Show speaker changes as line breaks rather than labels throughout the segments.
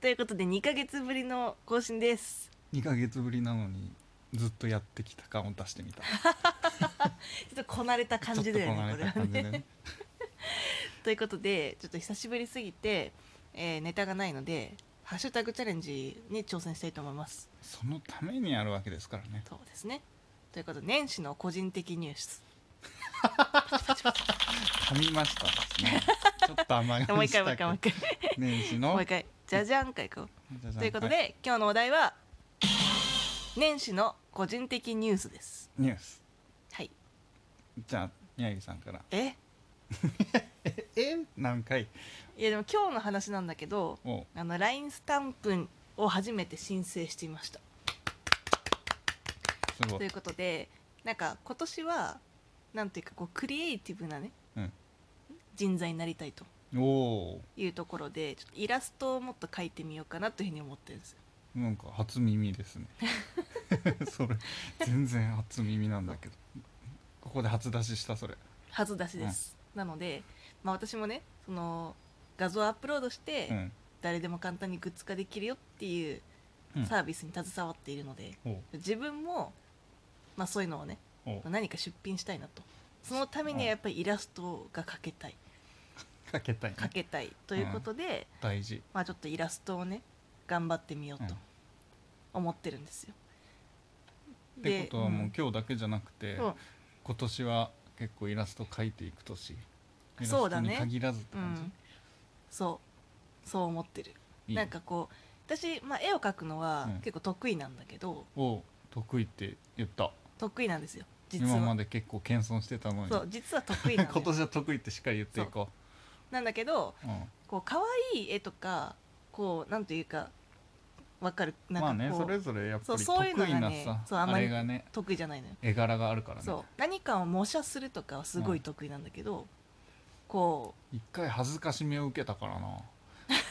ということで2ヶ月ぶりの更新です
2ヶ月ぶりなのにずっとやってきた感を出してみた
ちょっとこなれた 感じだよねこれはねということでちょっと久しぶりすぎて、えーネタがないのでハッシュタグチャレンジに挑戦したいと思います
そのためにあるわけですから ね
そうですねということで年始の個人的ニュース
噛みましたですねちょっと甘い
もう一回もう一回もう一回
年始の
もう一回じゃじゃんかいこう
じゃじゃん
ということで、
は
今日のお題は年始の個人的ニュースです
ニュース
はい
じゃあ宮城さんから
え
ええ何回
いやでも今日の話なんだけど
を
あの LINE スタンプを初めて申請していました
すご
とい
いう
ことでなんか今年はなんていうかこうクリエイティブなね、
うん
人材になりたいと
おお
いうところでちょっとイラストをもっと描いてみようかなというふうに思ってるんですよ
ーなんか初耳で すねそれ全然初耳なんだけどここで初出ししたそれ
初出しです、なので、まあ、私もねその画像をアップロードして、
うん
誰でも簡単にグッズ化できるよっていう
うん
サービスに携わっているので、
おう
自分も、まあ、そういうのをね
おう
何か出品したいなとそのためにはやっぱりイラストが描けたい
かけたいね
描けたいということで、
大事
まあ、ちょっとイラストをね頑張ってみようと思ってるんですよ。
ってことはもう
で
今日だけじゃなくて、
うん
今年は結構イラスト描いていく年イラス
そう
ト
だね
に限らずって
うんう
感じ、
ん、そうそう思ってる。
いい
なんかこう私、まあ、絵を描くのは
うん
結構得意なんだけど、
お得意って言った
得意なんですよ実
今ま
は。
で結構謙遜してたのに
そう実は得意な
今
んだよ
年は得意ってしっかり言っていこ
なんだけど
うう、ん、
こう可愛い絵とかこうなんというかわかるなん
ま
かこ
あ
う、
ねそれぞれやっ
そ
ぱ
う
り
そういうの
得意
が
な
ね
さ
そうあん
あ
まり
れがね
得意じゃないのよ。
絵柄があるからね
そう何かを模写するとかはすごい得意なんだけど、こう
一回恥ずかしめを受けたからな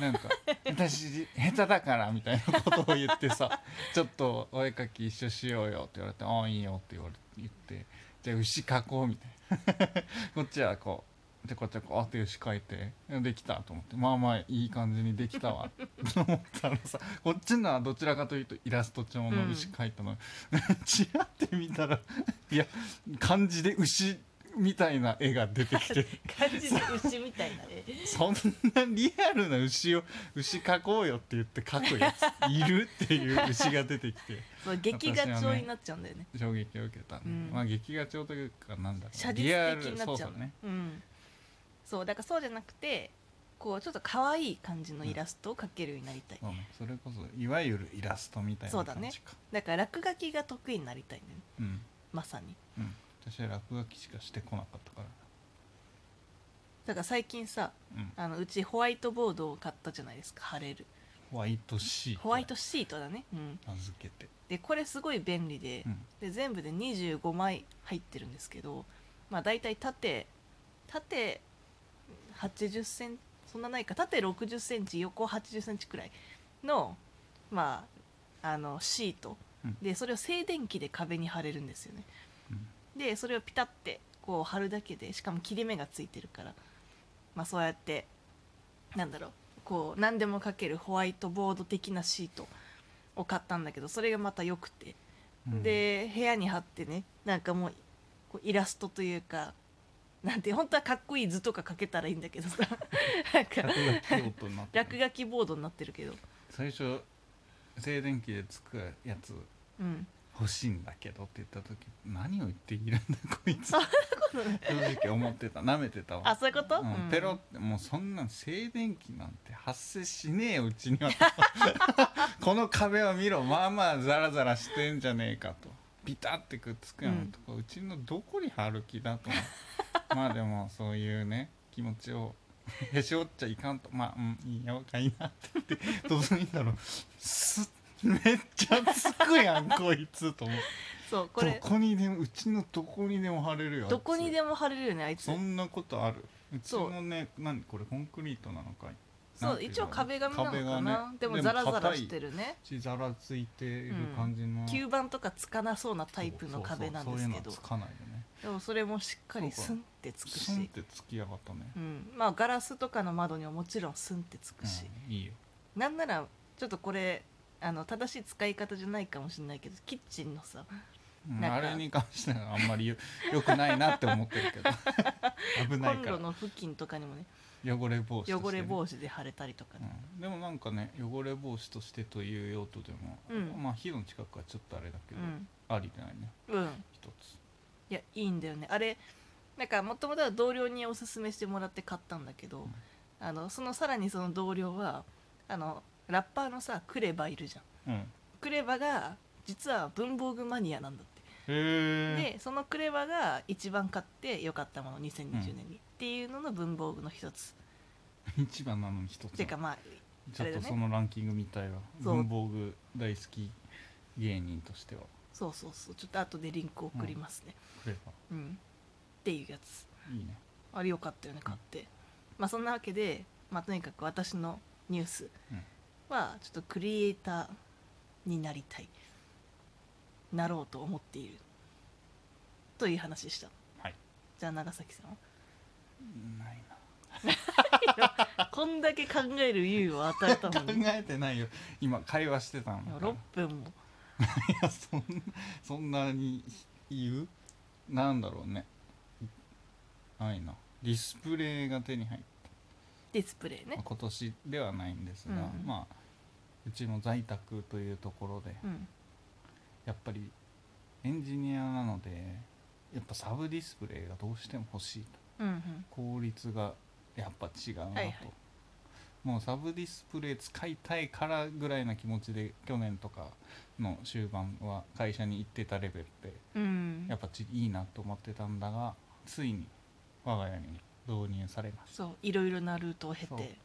なんか私下手だからみたいなことを言ってさ ちょっとお絵描き一緒しようよって言われて「ああいいよ」って言われ言ってじゃあ牛描こうみたいな こっちはこうでこっちはこうあって牛描いてできたと思ってまあまあいい感じにできたわと思ったらさこっちのはどちらかというとイラスト調の牛描いたの、 ちらって見たらいや漢字で牛みたいな絵が出てきて。
感じで牛みたいなね
そんなリアルな牛を牛描こうよって言って描くやついるっていう牛が出て きて
そう劇画調になっちゃうんだよね
衝撃を受けたね、
うん
まあ劇画調というかなんだろう
写
リア
実
ル
的になっちゃ
そうう
の
だね
うん、そうだからそうじゃなくてこうちょっと可愛い感じのイラストを描けるようになりたい、
そうねそれこそいわゆるイラストみたい
そ
な
うだ
感
ね
じか
だから落書きが得意になりたいんだよね
うん
まさに
うん私は落書きしかしてこなかったから
だから最近さ
うん
あのうちホワイトボードを買ったじゃないですか貼れる
ホワイトシート
ホワイトシートだね、うん、
名付けて、
でこれすごい便利で,、
うん
で全部で25枚入ってるんですけどまあ大体縦縦80センそんなないか縦60センチ横80センチくらいのまああのシート、
うん
でそれを静電気で壁に貼れるんですよね
うん
でそれをピタってこう貼るだけでしかも切れ目がついてるからまあそうやってなんだろうこう何でも書けるホワイトボード的なシートを買ったんだけどそれがまた良くて、
うん
で部屋に貼ってねなんかもうこうイラストというかなんて本当はかっこいい図とか書けたらいいんだけ どさなんか
落書き用途になってる
落書きボードになってるけど
最初静電気でつくやつ
うん
欲しいんだけどって言った時何を言っているんだこいつ
そんなこ
正
とない
直思ってた舐めてたわ
あそういうこと、
うん
うん
ペロってもうそんなん静電気なんて発生しねえようちには この壁を見ろまあまあザラザラしてんじゃねえかとピタってくっつくようなとこ、うちのどこに貼る気だと思う まあでもそういうね気持ちを へし折っちゃいかんとまあうんいいよかいなって 言ってどうするんだろうすめっちゃつくやんこいつと思って
そうこ
ど
れ
こにでもうちのどこにでも貼れるよ
どこに
も
でも貼れるよねあいつ
そんなことあるうち
そう
のね何これコンクリートなのかい
そ
なん
う
ていの
一応壁紙なのか
壁が
な、
ね
でもザラザラ
硬い
してるね
血ざらついてる感じの、
吸盤とかつかなそうなタイプの壁なんですけど
そうそうそういうのはつかないよね
でもそれもしっかりスンってつく
スンっ
して
つきやがったね
う、ん、まあガラスとかの窓にももちろんスンってつくし、
うんいいよ
なんならちょっとこれあの正しい使い方じゃないかもしれないけどキッチンのさ
うん
なんか
あれに関してはあんまりよ良くないなって思ってるけ ど危
コ
ない
ン
か
ロ
ら
の付近とかにもね
汚れ防止としてね
汚れ防止で貼れたりとかね、
うんでもなんかね汚れ防止としてという用途でも、
うん
まあ火の近くはちょっとあれだけど、ありだよね
うん、うん、
一つ
いやいいんだよねあれなんかもともとは同僚におすすめしてもらって買ったんだけど、
うん
あのそのさらにその同僚はあのラッパーのさクレバいるじゃん
うんへ
クレバが実は文房具マニアなんだって
え
でそのクレバが一番買って良かったもの2020年に、っていうのの文房具の一つ
一番なのに一つ
ていうかまあ
ちょっ
あれだ
と
ね
そのランキングみたいわ、
そう
文房具大好き芸人としては
そうそうそうちょっと後でリンク送りますね
クレバ
うん、っていうやつ
いいね
あれ良かったよね買ってまあそんなわけで、まあ、とにかく私のニュースはちょっとクリエイターになりたいなろうと思っているという話でした
はい
じゃあ長崎さんは
ないな
こんだけ考える猶予を与えた
考
のに
えてないよ今会話してたのだから
6分も
いやそんなそんなに言うなんだろうねないなディスプレイが手に入っ
ディスプレイ
た
ね
今年ではないんですが、
うん
まあうちの在宅というところで
うん
やっぱりエンジニアなのでやっぱサブディスプレイがどうしても欲しいと
うんうん
効率がやっぱ違うなと、
はいはい
もうサブディスプレイ使いたいからぐらいな気持ちで去年とかの終盤は会社に行ってたレベルで
うん
やっぱちいいなと思ってたんだがついに我が家に導入されまし
そういろいろなルートを経
そう
て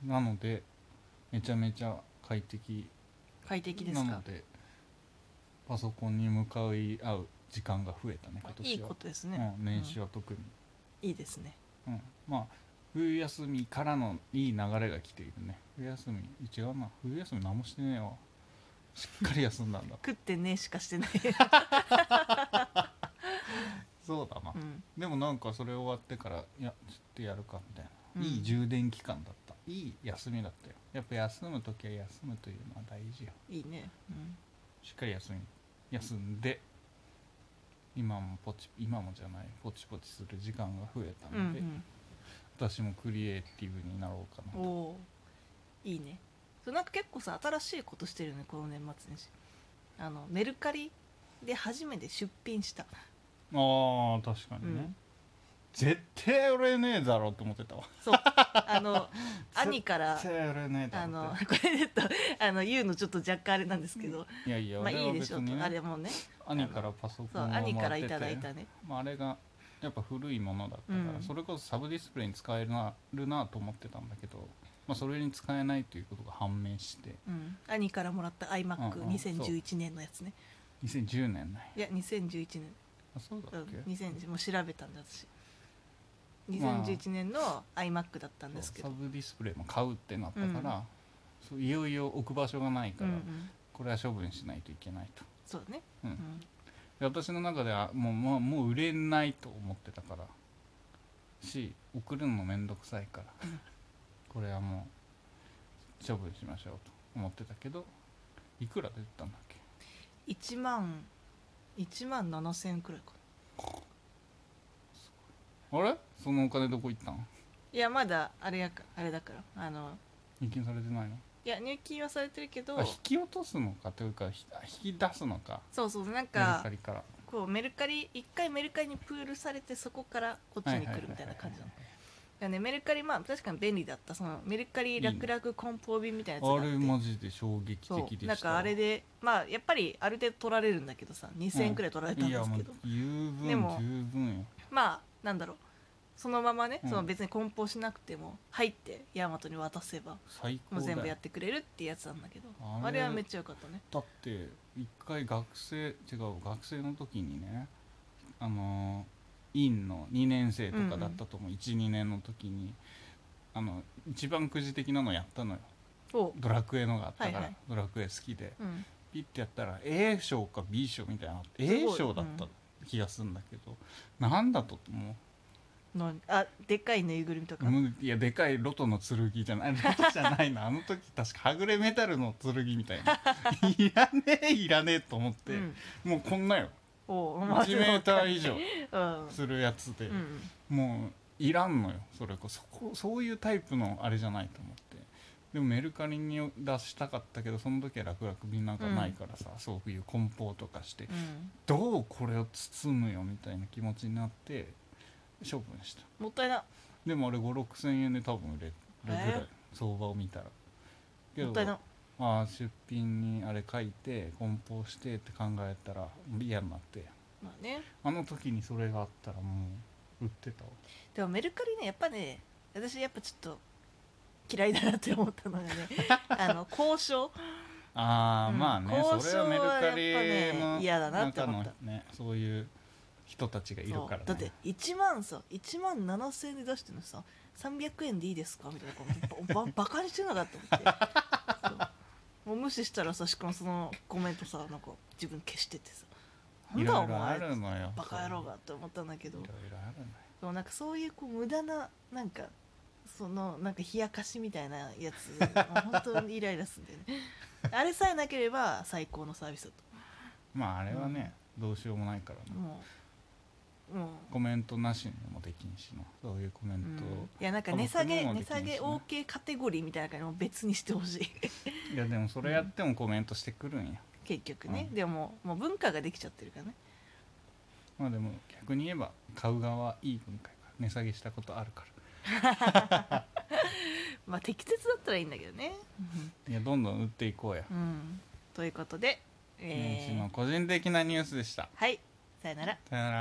たなのでめちゃめちゃ快適
快適です
なの
か
でパソコンに向かい合う時間が増えたね今
いい
年は
ことですね、
うん、年始は特に、
いいですね
うんまあ冬休みからのいい流れが来ているね冬休み違うな冬休み何もしてねえわしっかり休んだんだ
食ってねしかして ない、
そうだな、
うん
でもなんかそれ終わってからいやちょっとやるかみたいな
うん
いい充電期間だったいい休みだったよやっぱ休む時は休むというのは大事よ
いいね、うん
しっかり休み休んで今もポチ今もじゃないポチポチする時間が増えた
うん
ので、私もクリエイティブになろうかな
うん、
と
おーいいねそうなんか結構さ新しいことしてるよねこの年末年始あのメルカリで初めて出品した、
あー確か
う
にね、
ん、
絶対売れねえだろうと思ってたわ
そうあの兄から
絶対売れねえ
あ
だろう
の
っ て
これでとあの言うのちょっと若干あれなんですけど、
いやいや
まあ
俺
い
はい
でし
別
ょうと、
に
あれ
ね
もね
兄からパソコ
そう
ンをもらって
兄
て
からいただいたね
まあ、あれがやっぱ古いものだったから、
うん
それこそサブディスプレイに使えるなるなと思ってたんだけど、まあ、それに使えないということが判明して
うん、兄からもらった iMac2011 年のやつね、
2010年ない
いや2011年
あそうだっけ、
うん2000もう調べたんだ私2011年の iMac だったんですけ
そうサ
ど、
ブディスプレイも買うってなったから、そういよいよ置く場所がないか
うん
ら、
うん、
これは処分しないといけないと
そうだね、
うん
うん
で私の中ではもう,、まあ、もう売れないと思ってたからし送るのも面倒くさいから
うん
これはもう処分しましょうと思ってたけどいくらで売ったんだっけ
1万1万7000円くらいかな
あれそのお金どこ行ったん
いやまだあれやかあれだからあの
入金されてないの
いや入金はされてるけど
あ引き落とすのかというかひ引き出すのか
そうそうなん
メル
か
カリから
こうメルカリ一回メルカリにプールされてそこからこっちに来るみたいな感じなのだからねメルカリまあ確かに便利だったそのメルカリ楽々梱包便みたいなやつがあ
あ
って
れマジで衝撃
そう
的でした
なんかあれでまあやっぱりある程度取られるんだけどさ2000円くらい取られたん
い
で
や
す
も
け
う
ど、
十分
でも
十分よ
まあなんだろうそのままね、
うん
その別に梱包しなくても入ってヤマトに渡せば
最高
もう
だよ
全部やってくれるってやつなんだけど
あ
あ
れ
れはめっちゃ良かったね
だって一回学生違う学生の時にねあの院の2年生とかだったと思う、12年の時にあの一番くじ的なのやったのよ
お
ドラクエのがあったから、
はいはい
ドラクエ好きで
うん
ピッてやったら A 賞か B 賞みたいなのあって
す
A
ごい
賞だった気がするんだけど、なんだともう
のあでっかいぬいぐるみとか、
うんいやでかいロトの剣じゃないロトじゃないなあの時確かはぐれメタルの剣みたい ないらねえいらねえと思って、
うん
もうこんなよ
おうまあ
1メーター以上
うん
するやつで、
うん
もういらんのよそれこそこそういうタイプのあれじゃないと思ってでもメルカリに出したかったけどその時は楽々みんながないからさ、そういう梱包とかして
うん
どうこれを包むよみたいな気持ちになって処分した
もったいな
でもあれ5 6千円で多分売れるぐらい、
え
相場を見たらけ
も
ど
ったいな
ああ出品にあれ書いて梱包してって考えたら嫌になって
まあね
あの時にそれがあったらもう売ってたわ
でもメルカリねやっぱね私やっぱちょっと嫌いだなって思った のがねあの交渉
ああ、
うん
まあね
交
そ
渉
れは
は
メ
やっぱね
ルカリの
嫌だなって思った
中のねそういう人たちがいる
そう
からね
だって1万さ1万7000円で出してるのさ300円でいいですかみたいなこうばばバカにしてるのかと思ってそうもう無視したらさしかもそのコメントさなんか自分消しててさなん
い
だ
ろ
お
いろあ
前
るのよ
バカ野郎がって思ったんだけ
いろ
ど
いろあるのよ
そうなんかそういうこう無駄ななんかそのなんか冷やかしみたいなやつもう本当にイライラするんだよねあれさえなければ最高のサービスだ
まああれはね、どうしようもないから
と
な
もうもう
コメントなしにもできんしなそういうコメントを、
いやなんか
多分
値下げ
そんなも
値
んできな
下
いしね
げ OK カテゴリーみたいな感じも別にしてほしい
いやでもそれやってもコメントしてくるんや、
結局ね、
うん
でももう文化ができちゃってるからね
まあでも逆に言えば買う側はいい文化やから値下げしたことあるから
まあ適切だったらいいんだけどね
いやどんどん売っていこうや、
うん、うんということで、えー
年始の個人的なニュースでした
はいさよなら
さよなら